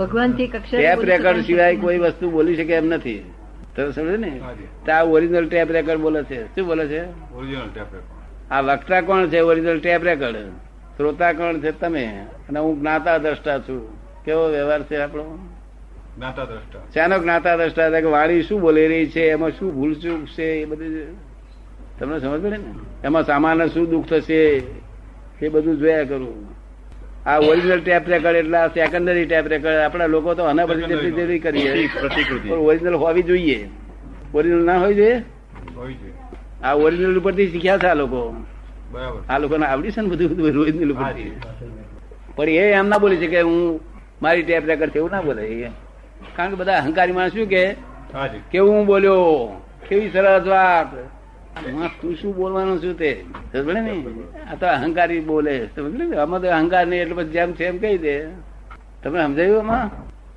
ભગવાનથી કક્ષા tape record સિવાય કોઈ વસ્તુ બોલી શકે એમ નથી તમે સમજો ને હાજી. તો આ ઓરિજિનલ ટેપ રેકોર્ડ બોલે છે શું બોલે છે ઓરિજિનલ ટેપ રેકોર્ડ આ વક્તા કોણ છે ઓરિજિનલ ટેપ રેકોર્ડ શ્રોતા કોણ છે તમે અને હું જ્ઞાતા દ્રષ્ટા છું કેવો વ્યવહાર છે આપણો જ્ઞાતા દ્રષ્ટા શાનો જ્ઞાતા દ્રષ્ટા એટલે કે વાણી શું બોલી રહી છે એમાં શું ભૂલ ચૂક છે એ બધું તમને સમજ પડે ને એમાં સામાન્ય શું દુઃખ થશે એ બધું જોયા કરું આ ઓરિજિનલ ટેપ રેકોર્ડ એટલે આ સેકન્ડરી ટેપ રેકોર્ડ આપણા લોકો તો આના પછી જેટલી જેટલી કરીએ પ્રતિકૃતિ પણ ઓરિજિનલ હોવી જોઈએ ઓરિજિનલ ના હોવી જોઈએ હોવી જોઈએ આ ઓરિજિનલ ઉપરથી શીખ્યા છે આ લોકો બરાબર આ લોકોને આવડી છે ને બધું બધું ઓરિજિનલ ઉપરથી હાજી. પણ એ એમ ના બોલી શકે હું મારી ટેપ રેકોર્ડ છે એવું ના બોલે એ કારણ કે બધા અહંકારી માણસ શું કે હાજી કેવું હું બોલ્યો કેવી સરસ વાત આમાં તું શું બોલવાનું છું તે સમજે ને આ તો અહંકારી બોલે સમજે ને આમાં તો અહંકાર નહીં એટલે પછી જેમ છે એમ કહી દે તમને સમજાયું આમાં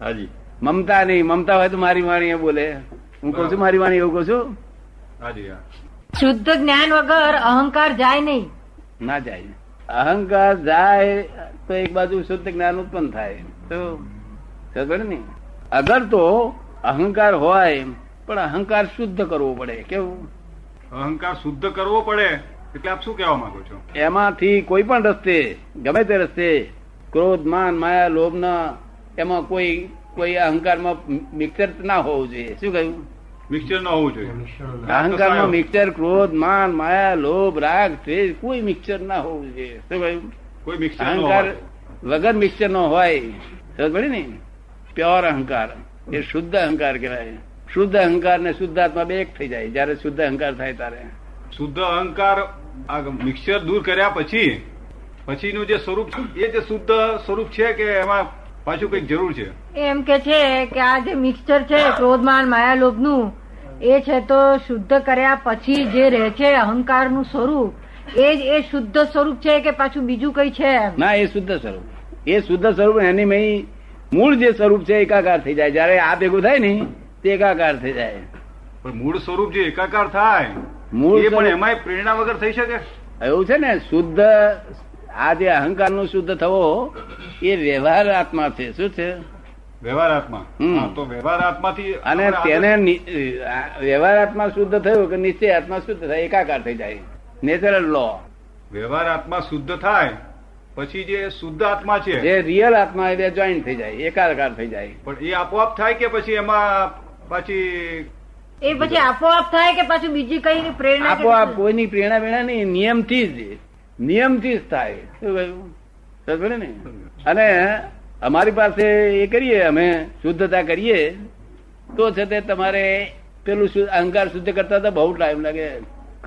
હાજી મમતા નહીં મમતા હોય તો મારી વાણી એ બોલે હું કહું છું મારી વાણી એવું કહું છું હાજી હા શુદ્ધ જ્ઞાન વગર અહંકાર જાય નહીં ના જાય અહંકાર જાય તો એક બાજુ શુદ્ધ જ્ઞાન ઉત્પન્ન થાય તો ખબર ને અગર તો અહંકાર હોય પણ અહંકાર શુદ્ધ કરવો પડે કેવું અહંકાર શુદ્ધ કરવો પડે એટલે આપ શું કહેવા માંગો છો એમાંથી કોઈ પણ રસ્તે ગમે તે રસ્તે ક્રોધ માન માયા લોભ એમાં કોઈ કોઈ અહંકારમાં મિક્સર ના હોવું જોઈએ શું કહ્યું મિક્સચર ન હોવું જોઈએ અહંકારમાં મિક્સર ક્રોધ માન માયા લોભ રાગ દ્વેષ કોઈ મિક્સર ના હોવું જોઈએ શું કહ્યું કોઈ મિક્સચર ન અહંકાર હોય વગર મિક્સર નો હોય સમજ પડી ને પ્યોર અહંકાર એ શુદ્ધ અહંકાર કહેવાય શુદ્ધ અહંકાર ને શુદ્ધાત્મા બે એક થઈ જાય જયારે શુદ્ધ અહંકાર થાય ત્યારે શુદ્ધ અહંકાર આ મિક્સચર દૂર કર્યા પછી પછીનું જે સ્વરૂપ છે, એ જે શુદ્ધ સ્વરૂપ છે કે એમાં પાછું કંઈક જરૂર છે એમ કે છે કે આ જે મિક્સચર છે ક્રોધમાન માયાલોભનું એ છે તો શુદ્ધ કર્યા પછી જે રહે છે અહંકારનું સ્વરૂપ એ જ એ શુદ્ધ સ્વરૂપ છે કે પાછું બીજું કઈ છે એમ ના એ શુદ્ધ સ્વરૂપ એ શુદ્ધ સ્વરૂપ એની મહી મૂળ જે સ્વરૂપ છે એકાકાર થઈ જાય જયારે આ ભેગું થાય ને તે એકાકાર થઈ જાય પણ મૂળ સ્વરૂપ જે એકાકાર થાય મૂળ એ પણ સ્વરૂપ- એમાંય પ્રેરણા વગર થઈ શકે એવું છે ને શુદ્ધ આ જે અહંકાર નું શુદ્ધ થવો એ વ્યવહાર આત્મા છે શું છે વ્યવહાર આત્મા હમ. હા, તો વ્યવહાર આત્માથી અને આપણે આગળ- તેને નિ- આ વ્યવહાર આત્મા શુદ્ધ થયું કે નિશ્ચય આત્મા શુદ્ધ થાય એકાકાર થઈ જાય નેચરલ લો વ્યવહાર આત્મા શુદ્ધ થાય પછી જે શુદ્ધ આત્મા છે જે રિયલ આત્મા એ બે જોઈન્ટ થઈ જાય એકાકાર થઈ જાય પણ એ આપોઆપ થાય કે પછી એમાં પાછી એ પછી આપોઆપ થાય કે પાછું બીજી કઈ પ્રેરણા કે આપોઆપ કશું? કોઈની પ્રેરણા પ્રેરણા નહીં નિયમથી જ નિયમથી જ થાય શું કહ્યું? સમજ પડી ને અને અમારી પાસે એ કરીએ અમે શુદ્ધતા કરીએ તો છે તે તમારે પેલું શુ- અહંકાર શુદ્ધ કરતા તો બહુ ટાઈમ લાગે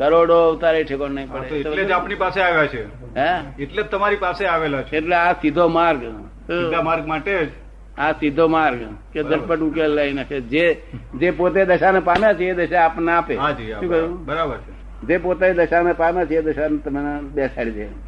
કરોડો અવતારે ઠેકોણ નહીં હા, તો પડે એટલે જ આપણી પાસે આવ્યા છે હા એટલે જ તમારી પાસે આવેલા છે એટલે આ સીધો માર્ગ સીધા માર્ગ માટે જ આ સીધો માર્ગ કે બરાબર. દરપટ ઉકેલ લઈ નાખે જે જે પોતે દશાને પામ્યા છે એ દશા આપણને આપે હાજી શું કહ્યું? બરાબર છે જે પોતે દશાને પામ્યા છે એ દશાને તમને બેસાડી દે